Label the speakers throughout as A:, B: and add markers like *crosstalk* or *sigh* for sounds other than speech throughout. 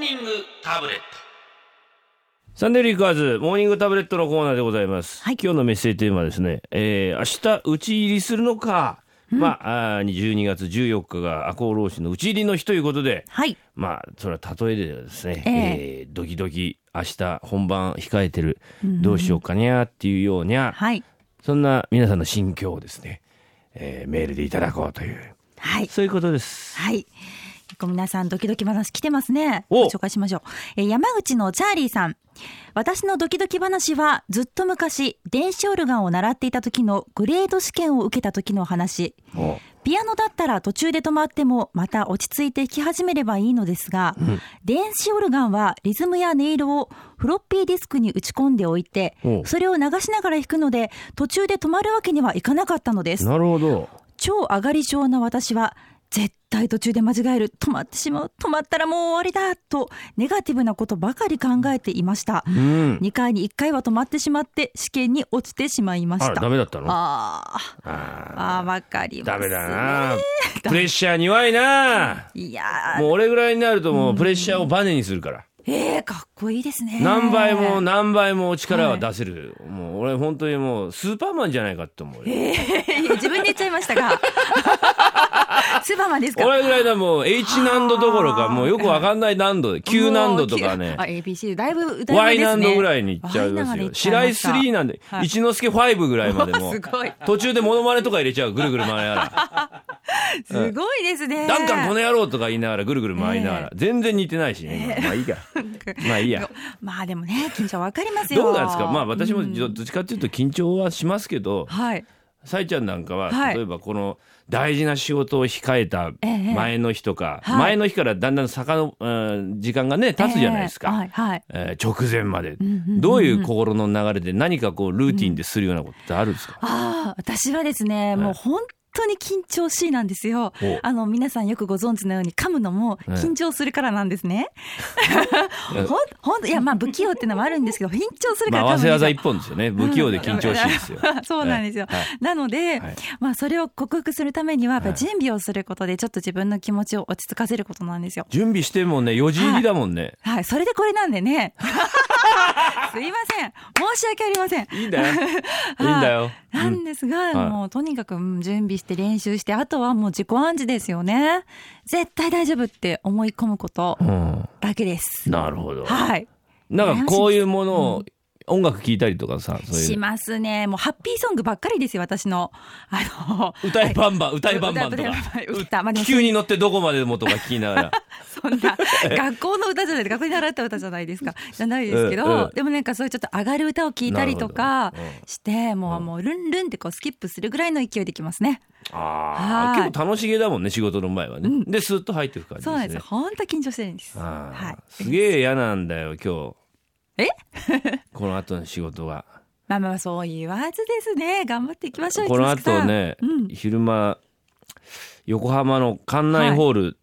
A: ニングタブレット
B: サンデーリーカーズモーニングタブレットのコーナーでございます、
C: はい
B: 今日のメッセージテーマはですね、えー、明日打ち入りするのか、まああー12月14日が赤穂浪士の打ち入りの日ということで
C: はい。
B: まあそれは例えでですね、
C: え
B: えードキドキ明日本番控えてるどうしようかにゃーっていうようにゃ、
C: はい。
B: そんな皆さんの心境をですね、えーメールでいただこうという
C: はい。
B: そういうことです。
C: はい。結構皆さんドキドキ話来てますね。
B: お
C: ご紹介しましょう。えー山口のチャーリーさん。私のドキドキ話はずっと昔、電子オルガンを習っていた時のグレード試験を受けた時の話。
B: お
C: ピアノだったら途中で止まってもまた落ち着いて弾き始めればいいのですが、電子オルガンはリズムや音色をフロッピーディスクに打ち込んでおいて
B: お、う
C: それを流しながら弾くので途中で止まるわけにはいかなかったのです。
B: なるほど。
C: 超上がり症な私は絶対途中で間違える止まってしまう止まったらもう終わりだとネガティブなことばかり考えていました、
B: うん。
C: 2回に1回は止まってしまって試験に落ちてしまいま
B: あ
C: し
B: ら
C: た
B: ダメだったの。あ
C: あー
B: あ
C: あーわかり
B: ー
C: ます
B: ダメだな。プレッシャーに弱いな。
C: いやー
B: もう俺ぐらいになるともうプレッシャーをバネにするから。
C: えー、かっこいいですね
B: 何倍も何倍も力は出せる。もう俺本当にもうスーパーマンじゃないかって思うよ。
C: *laughs* 自分で言っちゃいましたが *laughs* スーパーマンですか
B: 俺ぐらいだもう H 難度どころかもうよくわかんない難度で Q 難度とか
C: もう
B: ね
C: あ。ABC だいぶだいぶですね
B: Y 難度ぐらいにいっちゃい
C: Y
B: ま
C: なが
B: す
C: ら行
B: よ。
C: っちゃ
B: 白
C: い
B: 井
C: ました
B: 3なんで、
C: はい
B: 一之輔5ぐらいまでも
C: *laughs* すごい
B: 途中でモノマネとか入れちゃうぐるぐる回り
C: *laughs*
B: ながら。
C: すごいですね
B: ダンカンこの野郎とか言いながらぐるぐる回りながら、全然似てないしね、まあいいかまあいい
C: *laughs*
B: や
C: まあでもね、緊張わかりますよ。
B: どうなんですかまあ私も
C: うん
B: どどっちかっていうと緊張はしますけど
C: はい。
B: さいちゃんなんかは
C: はい
B: 例えばこの大事な仕事を控えた
C: ええ
B: 前の日とか、
C: はい
B: 前の日からだんだん坂の、うん時間がね経つじゃないですか、え
C: ええはい、はい。
B: ー直前まで、
C: んうんうん
B: どういう心の流れで何かこうルーティンでするようなことってあるんですか、
C: ああ、私はですね、もう本当に緊張しいなんですよ
B: お。
C: あの、皆さんよくご存知のように噛むのも
B: ええ
C: 緊張するからなんで
B: *laughs*
C: すね。
B: え
C: ほん、ほん、いや、まあ不器用っていうのもあるんですけど、緊張するか
B: まあ
C: ら
B: 合わせ技
C: 噛むん
B: 一本で
C: ですよ
B: すよね不器用で緊張しいですよ、
C: *laughs* そうなんですよ。
B: はい
C: なので、
B: はい
C: まあそれを克服するためには、やっぱ
B: はい
C: り準備をすることで、ちょっと自分の気持ちを落ち着かせることなんですよ。
B: 準備してもね4時入りだもんね、
C: はい、それでこれなんでね。 *laughs* すいません。申し訳ありません。
B: いいんだよ。いいんだよ。
C: なんですが、
B: はい
C: もうとにかくうん準備して練習して、あとはもう自己暗示ですよね。絶対大丈夫って思い込むこと
B: うん。
C: だけです。
B: なるほど。
C: はい。
B: なんかこういうものを音楽聴いたりとかさ、そうい
C: し
B: う。
C: ますね。もうハッピーソングばっかりですよ、私の。あの、
B: 歌いバンバン、歌いバンバンと
C: 歌い
B: か
C: バンバン歌まあで。も
B: 急に乗ってどこまでもとか聞きながら。
C: そんな、学校の歌じゃない、学校に習った歌じゃないですか。じゃないですけ
B: うんう
C: ど
B: ん、
C: でもなんかそういうちょっと上がる歌を聞いたりとか
B: なるほどうん
C: して、も
B: う
C: う、
B: ん
C: もう、ルンルンってこうスキップするぐらいの勢いできますね。
B: *laughs* ああ、
C: はい
B: 結構楽しげだもんね、仕事の前はね。で、スッと入っていく感じ
C: そうなんで
B: ですす
C: よ。
B: ね。
C: 本当緊張してるんです。
B: あー
C: はい。
B: すげえ嫌なんだよ、今日。
C: え
B: *laughs* この後の仕事は。
C: まあまあ、そう言わずですね。頑張っていきましょう。
B: この
C: 一之輔
B: 後
C: さん
B: ね
C: うん、
B: 昼間、横浜の館内ホール、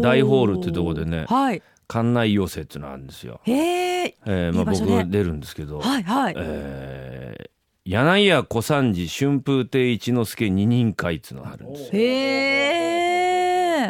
B: 大ホールってとこでね、
C: はい。
B: 館内寄席っていうのがあるんですよ。
C: へえ。
B: えー
C: い
B: まあ、
C: い場
B: 僕
C: 所で
B: 出るんですけど、
C: はいはい。
B: えー柳家小三治春風亭一之輔二人会っていうのがあるんですよ
C: へ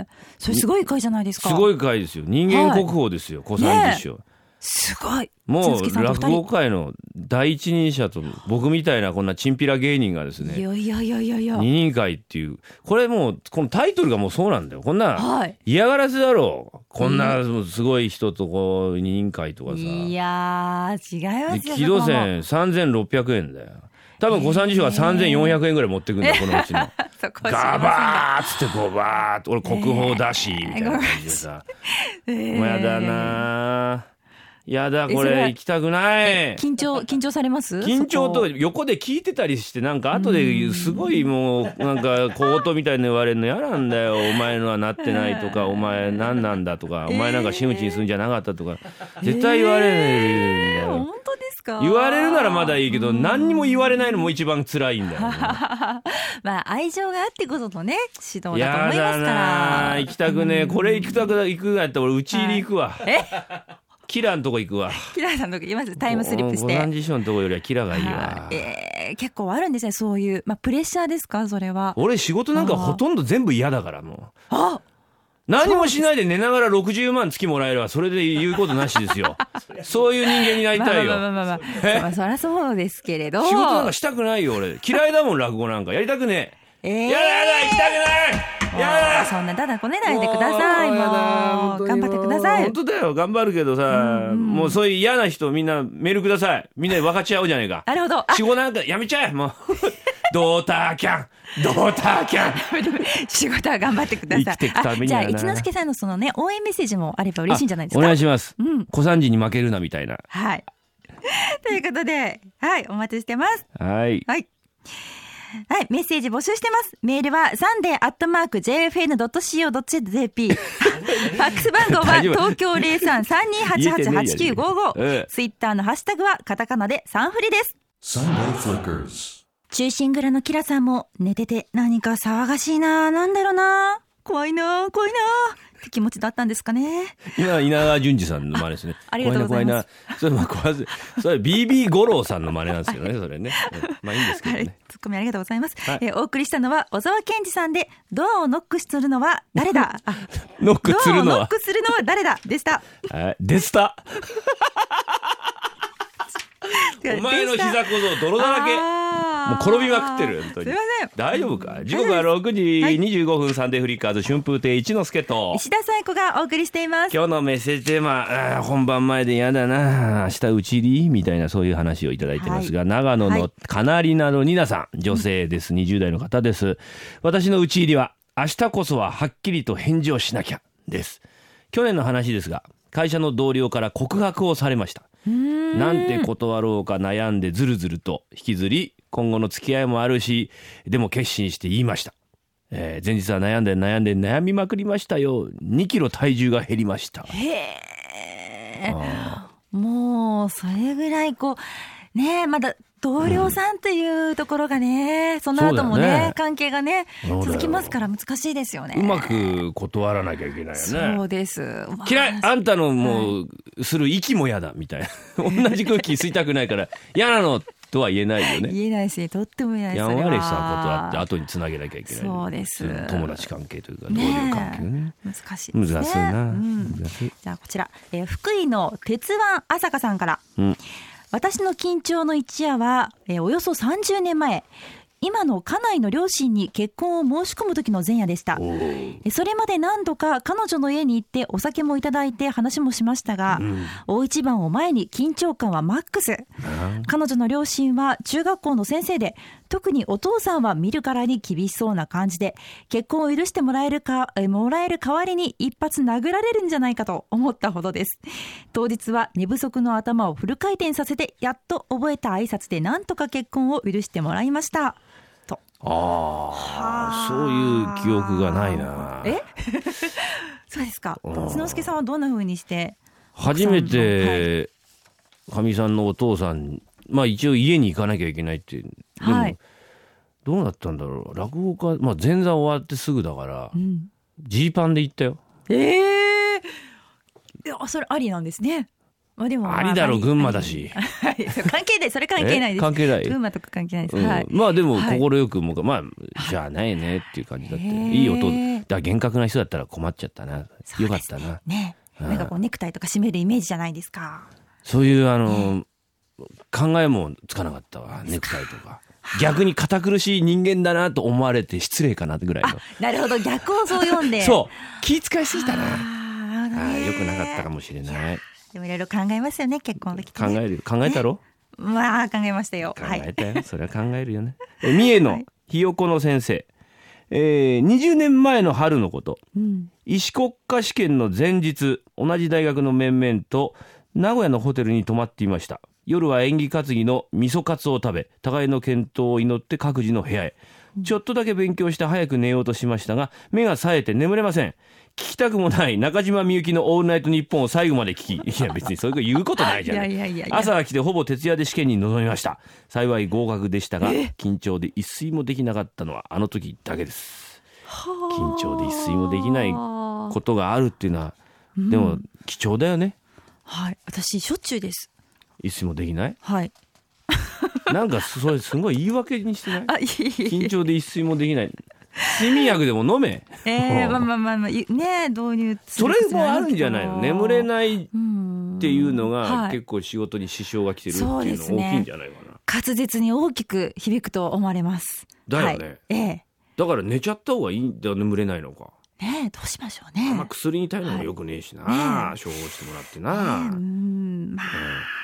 C: え。それすごい会じゃないですか。
B: すごい会ですよ人間国宝ですよ、小三治師匠、
C: すごい。
B: もう
C: 鈴木さんと二
B: 落
C: 人
B: 語界の第一人者と僕みたいなこんなチンピラ芸人がです
C: い
B: ね
C: やいやいやいやいや。
B: 二人会っていうこれもうこのタイトルがもうそうなんだよこんな
C: はい。
B: 嫌がらせだろうこんなすごい人とこう二人会とかさ
C: いやー、違いま
B: です
C: よ。
B: 軌道
C: そこはもう
B: 線3600円だよ多分小三治師匠は3400円ぐらい持ってくんだよ、このうちの
C: そこは知りませ
B: ガ
C: んが
B: バーッつってこうバーッと俺国宝だしみたいな感じでさ、もうやだなーやだこ
C: えそれ
B: れ
C: は
B: 行きたくない
C: 緊張緊張されます
B: 緊張と
C: そこ
B: 横で聞いてたりしてなんか後ですごいもうなんか小言みたいに言われるの嫌なんだよお前のはなってないとかお前何なんだとかお前なんか真打ちにするんじゃなかったとか絶対言われるんだ
C: えー
B: よ
C: 本当ですか
B: 言われるならまだいいけど何にも言われないのも一番辛いんだよ、ね、
C: まあ愛情があってこそのね指導だと
B: や
C: 思います
B: だ
C: か
B: な
C: ら
B: あ行きたくねえこれ行きたくな行くがやったら俺うち入り行くわ、
C: え
B: キラのとこ行くわ
C: キラさんの言いますタイムスリップし
B: ご
C: て
B: 三次師匠のとこよりはキラがいいわ
C: はいえー結構あるんですねそういうまあプレッシャーですかそれは
B: 俺仕事なんかほとんど全部嫌だからもう
C: あ
B: 何もしないで寝ながら60万月もらえればそれで言うことなしです
C: *laughs*
B: よそういう人間になり
C: まあ
B: た
C: まあ
B: いよ、
C: まあまあまあ、
B: え
C: まあ、そりゃそうですけれど。
B: 仕事なんかしたくないよ俺嫌いだもん落語なんかやりたくね
C: え
B: え、
C: ー
B: やだやだ行きたくないや
C: もう
B: だ
C: そんなだだこねないでください。もう頑張ってください
B: 本。当だよ頑張るけどさ、もうそういう嫌な人みんなメールくださいみんなで分かち合おうじゃねえか
C: なるほど。あ
B: 仕事なんかやめちゃえ
C: *laughs*
B: もうドーターキャンドーターキャン *laughs*
C: 仕事は頑張ってください。
B: 生きていくためには
C: あ
B: な
C: じゃあ一之輔さんのそのね応援メッセージもあれば嬉しいんじゃないです
B: お
C: か。
B: 願いします、
C: うん
B: 小三時に負けるなみたいな
C: はい。 *laughs* ということで、はいお待ちしてます。
B: はい
C: はい。はい、メッセージ募集してます。メールはサンデーアットマー
B: *laughs*
C: ク JFN.CO.JP。ファックス番号は
B: 大丈夫
C: 東京03-3288-8955
B: ええ
C: ツイッターのハッシュタグはカタカナでサンフリです。
A: Sunday Flickers.
C: 中心蔵のキラさんも寝てて何か騒がしいな、なんだろうな、怖いな、怖いな、って気持ちだったんですかね。
B: 今稲川淳二さんの真似ですね。
C: *laughs* あありがとうございます
B: 怖いな怖いな。それまあそれ BB 五郎さんの真似なんですけどね、それね。うんまあいいんですけど
C: はい、
B: ね。
C: ツッコミありがとうございます。
B: はい
C: えーお送りしたのは小沢健二さんで、ドアをノックするのは誰
B: *laughs*
C: だあ
B: ノック
C: ド
B: す
C: ア
B: る
C: を
B: の
C: ノッ
B: は。
C: クするのは誰だでした。
B: はい、デスタ。お前の膝小僧泥だらけ。もう
C: も
B: 転びまくってる本当に
C: すいません。
B: 大丈夫か。時刻は六時二十五分サンデーフリッカーズ春風亭一之輔
C: *laughs*
B: と。
C: 石田紗友子がお送りしています。
B: 今日のメッセージテーマあー本番前で嫌だな明日打ち入りみたいなそういう話をいただいてますが、
C: はい
B: 長野
C: は
B: の
C: い
B: カナリナのニナさん女性です、20代の方です私の打ち入りは明日こそははっきりと返事をしなきゃです去年の話ですが会社の同僚から告白をされましたなんて断ろうか悩んでずるずると引きずり今後の付き合いもあるしでも決心して言いましたえー前日は悩んで悩んで悩みまくりましたよ2キロ体重が減りました
C: へえ。もうそれぐらいこうねえまだ同僚さんというところがね、その後も
B: そうだ
C: ね
B: よね
C: 関係がね
B: そうだよ
C: 続きますから難しいですよね。
B: うまく断らなきゃいけないよ
C: そ
B: ね
C: うです。うわ
B: 嫌いあんたのもうする息も嫌だみたい
C: *laughs*
B: な同じ空気吸いたくないから *laughs* 嫌なのとは言えないよね
C: 言えないしとっても言えない
B: や
C: そ
B: ん
C: れ
B: わ
C: は
B: りしたことあって後につなげなきゃいけない
C: そうです
B: 友達関係というか同僚関係ね
C: ねえ難しいですね。
B: 難しいな
C: うん
B: 難しい
C: じゃあこちら、えー福井の鉄腕朝香さんから、
B: ん
C: 私の緊張の一夜は、えーおよそ30年前今の家内の両親に結婚を申し込む時の前夜でしたえーそれまで何度か彼女の家に行ってお酒もいただいて話もしましたが、大一番を前に緊張感はマックス彼女の両親は中学校の先生で特にお父さんは見るからに厳しそうな感じで結婚を許してもらえるかえもらえる代わりに一発殴られるんじゃないかと思ったほどです当日は寝不足の頭をフル回転させてやっと覚えた挨拶でなんとか結婚を許してもらいましたと
B: ああそういう記憶がないな
C: え *laughs* そうですか一之輔さんはどんな風にして
B: 初め
C: は
B: てかみさんのお父さんまあ一応家に行かなきゃいけないっていうでも、
C: はい
B: どうだったんだろう落語家、まあ、前座終わってすぐだから
C: ん
B: ジー、パンで行ったよ
C: ええいやそれありなんですねまあでも
B: ありだろ
C: ま
B: 群馬だし
C: はい、そう関係ない、それ関係な
B: え
C: いです。
B: 関係ない
C: 群馬とか関係ないです。
B: うん
C: はい。
B: まあでも
C: はい
B: 快くもうまあじゃあないねっていう感じだって、
C: へー
B: い、い音だから厳格な人だったら困っちゃったな、
C: そう
B: よかっ
C: です
B: たな
C: ね、なんかこうネクタイとか締めるイメージじゃないですか。
B: そういうあの、考えもつかなかったわネクタイとか逆に堅苦しい人間だなと思われて失礼かなってぐらいの
C: なるほど、逆をそう読んで。う。
B: *laughs* そう気遣いすぎたな
C: あ
B: あ
C: あ、
B: ーよくなかったかもしれない
C: でもいろいろ考えますよね、結婚の時って
B: 考
C: ね、
B: えるよ考えたろ
C: まあ、考えましたよ。
B: 考
C: は
B: え
C: い。
B: たよそれは考えるよね *laughs* え三重のひよこの先生えー20年前の春のこと
C: うん。
B: 医師国家試験の前日同じ大学の面々と名古屋のホテルに泊まっていました夜は縁起担ぎの味噌カツを食べ互いの健闘を祈って各自の部屋へちょっとだけ勉強して早く寝ようとしましたが目が冴えて眠れません聞きたくもない中島みゆきの「オールナイトニッポン」を最後まで聞きいや別にそういうこと言うことないじゃない
C: いやいやいやいや
B: 朝が来てほぼ徹夜で試験に臨みました幸い合格でしたが緊張で一睡もできなかったのはあの時だけです緊張で一睡もできないことがあるっていうのは、でも貴重だよね
C: はい、私しょっちゅうです。
B: 一睡もできない
C: はい。
B: なんかそれすごい言い訳にしてない
C: あ、いえいえいえ
B: 緊張で一睡もできない睡眠薬でも飲め。
C: ええまあまあまあまあいね導入す
B: そ
C: る
B: れ
C: 必要
B: もある
C: け
B: ん
C: ど
B: じゃないの眠れないっ
C: うん
B: ていうの
C: うんは
B: が
C: い
B: 結構仕事に支障が来てるっていうの
C: そうです
B: 大
C: ね
B: きいんじゃないかな。
C: 滑舌に大きく響くと思われます
B: だよね
C: はい、ええ
B: だから寝ちゃった方がいいんだ眠れないのか。
C: ねえどうしましょうね
B: まあ薬に頼るのもよくねえし
C: は
B: な。
C: いね
B: 処方してもらって
C: ええう
B: な。
C: んまあ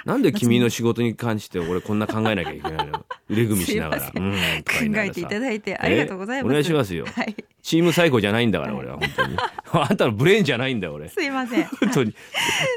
B: なんで君の仕事に関して俺こんな考えなきゃいけないの腕組みしながら。
C: *laughs* すい
B: うんとか言
C: 考
B: なが
C: え
B: ら
C: て
B: さ
C: いただいてありがとうございます
B: えお願いしますよ
C: はい
B: チーム最高じゃないんだから俺は本
C: *laughs*
B: 当に。あんたのブレーンじゃないんだよ俺。
C: す
B: *laughs*
C: いません
B: 本
C: *laughs*
B: 当に。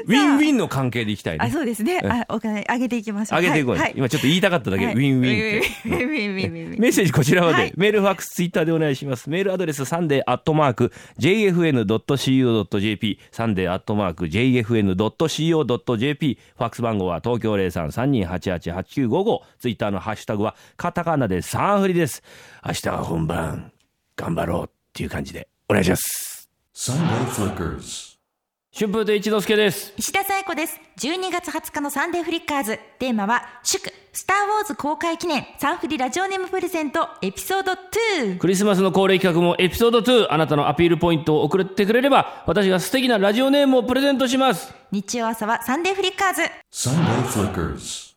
B: ウィンウィンの関係でいきたい
C: あ
B: ね。
C: そうですねあお金上げていきましょう
B: 上げていこう
C: はい
B: ね。今ちょっと言いたかっただけ
C: は
B: で
C: い
B: ウィンウィンって。
C: ウィンウィンウィンウィンウィン
B: メッセージこちらまで、
C: はい
B: メールファックスツイッターでお願いしますメールアドレスサンデーアットマーク JFN.CO.JP サンデーアットマーク JFN.CO.JP ファックス番号は東京0332888955ツイッターのハッシュタグはカタカナでサンフリです明日は本番頑張ろうっていう感じでお願いします
A: Sunday Flickers.
B: 春風亭一之輔です
C: 石田紗友子です。12月20日のサンデーフリッカーズ。テーマは、祝、スターウォーズ公開記念、サンフリラジオネームプレゼント、エピソード2。
B: クリスマスの恒例企画もエピソード2あなたのアピールポイントを送ってくれれば私が素敵なラジオネームをプレゼントします
C: 日曜朝はサンデーフリッカーズ。
A: Sunday Flickers.